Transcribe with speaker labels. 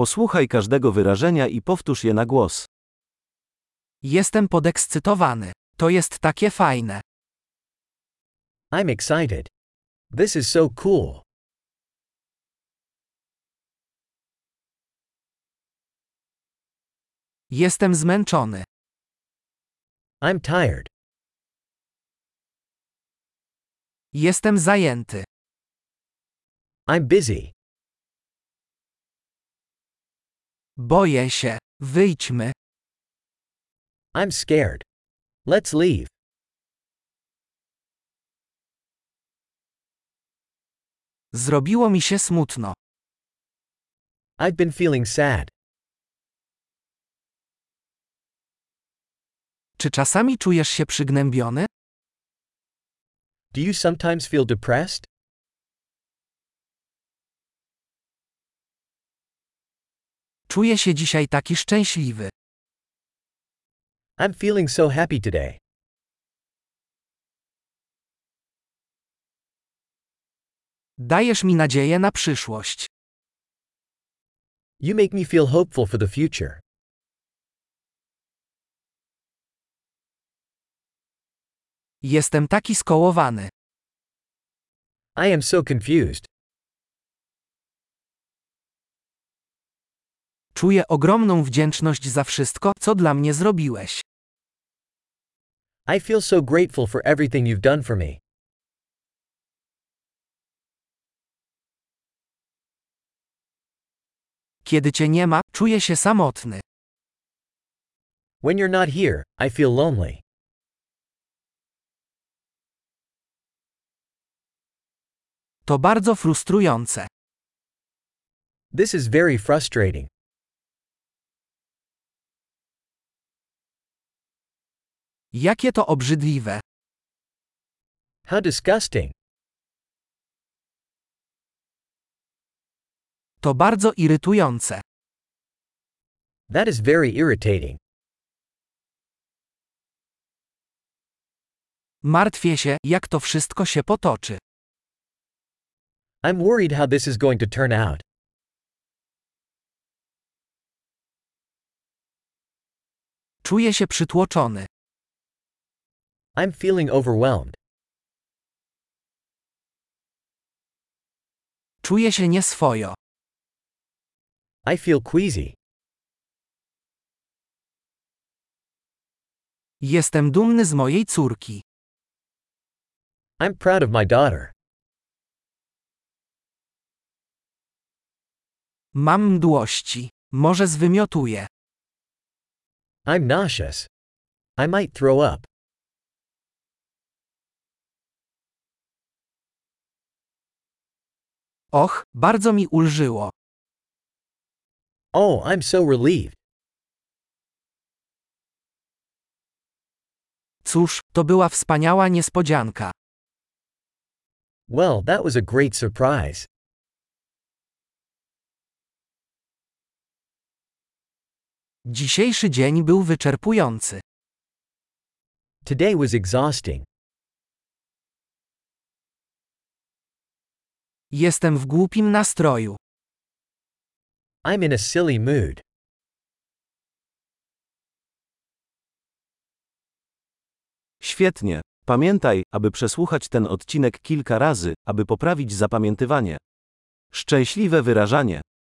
Speaker 1: Posłuchaj każdego wyrażenia i powtórz je na głos.
Speaker 2: Jestem podekscytowany. To jest takie fajne.
Speaker 3: I'm excited. This is so cool.
Speaker 2: Jestem zmęczony.
Speaker 3: I'm tired.
Speaker 2: Jestem zajęty.
Speaker 3: I'm busy.
Speaker 2: Boję się. Wyjdźmy.
Speaker 3: I'm scared. Let's leave.
Speaker 2: Zrobiło mi się smutno.
Speaker 3: I've been feeling sad.
Speaker 2: Czy czasami czujesz się przygnębiony?
Speaker 3: Do you sometimes feel depressed?
Speaker 2: Czuję się dzisiaj taki szczęśliwy.
Speaker 3: I'm feeling so happy today.
Speaker 2: Dajesz mi nadzieję na przyszłość.
Speaker 3: You make me feel hopeful for the future.
Speaker 2: Jestem taki skołowany.
Speaker 3: I am so confused.
Speaker 2: Czuję ogromną wdzięczność za wszystko, co dla mnie zrobiłeś.
Speaker 3: I feel so grateful for everything you've done for me.
Speaker 2: Kiedy cię nie ma, czuję się samotny.
Speaker 3: When you're not here, I feel lonely.
Speaker 2: To bardzo frustrujące.
Speaker 3: This is very frustrating.
Speaker 2: Jakie to obrzydliwe.
Speaker 3: How disgusting.
Speaker 2: To bardzo irytujące.
Speaker 3: That is very irritating.
Speaker 2: Martwię się, jak to wszystko się potoczy.
Speaker 3: I'm worried how this is going to turn out.
Speaker 2: Czuję się przytłoczony.
Speaker 3: I'm feeling overwhelmed.
Speaker 2: Czuję się nieswojo.
Speaker 3: I feel queasy.
Speaker 2: Jestem dumny z mojej córki.
Speaker 3: I'm proud of my daughter.
Speaker 2: Mam mdłości. Może zwymiotuję.
Speaker 3: I'm nauseous. I might throw up.
Speaker 2: Och, bardzo mi ulżyło.
Speaker 3: Oh, I'm so relieved.
Speaker 2: Cóż, to była wspaniała niespodzianka.
Speaker 3: Well, that was a great surprise.
Speaker 2: Dzisiejszy dzień był wyczerpujący.
Speaker 3: Today was exhausting.
Speaker 2: Jestem w głupim nastroju.
Speaker 3: I'm in a silly mood.
Speaker 1: Świetnie. Pamiętaj, aby przesłuchać ten odcinek kilka razy, aby poprawić zapamiętywanie. Szczęśliwe wyrażanie.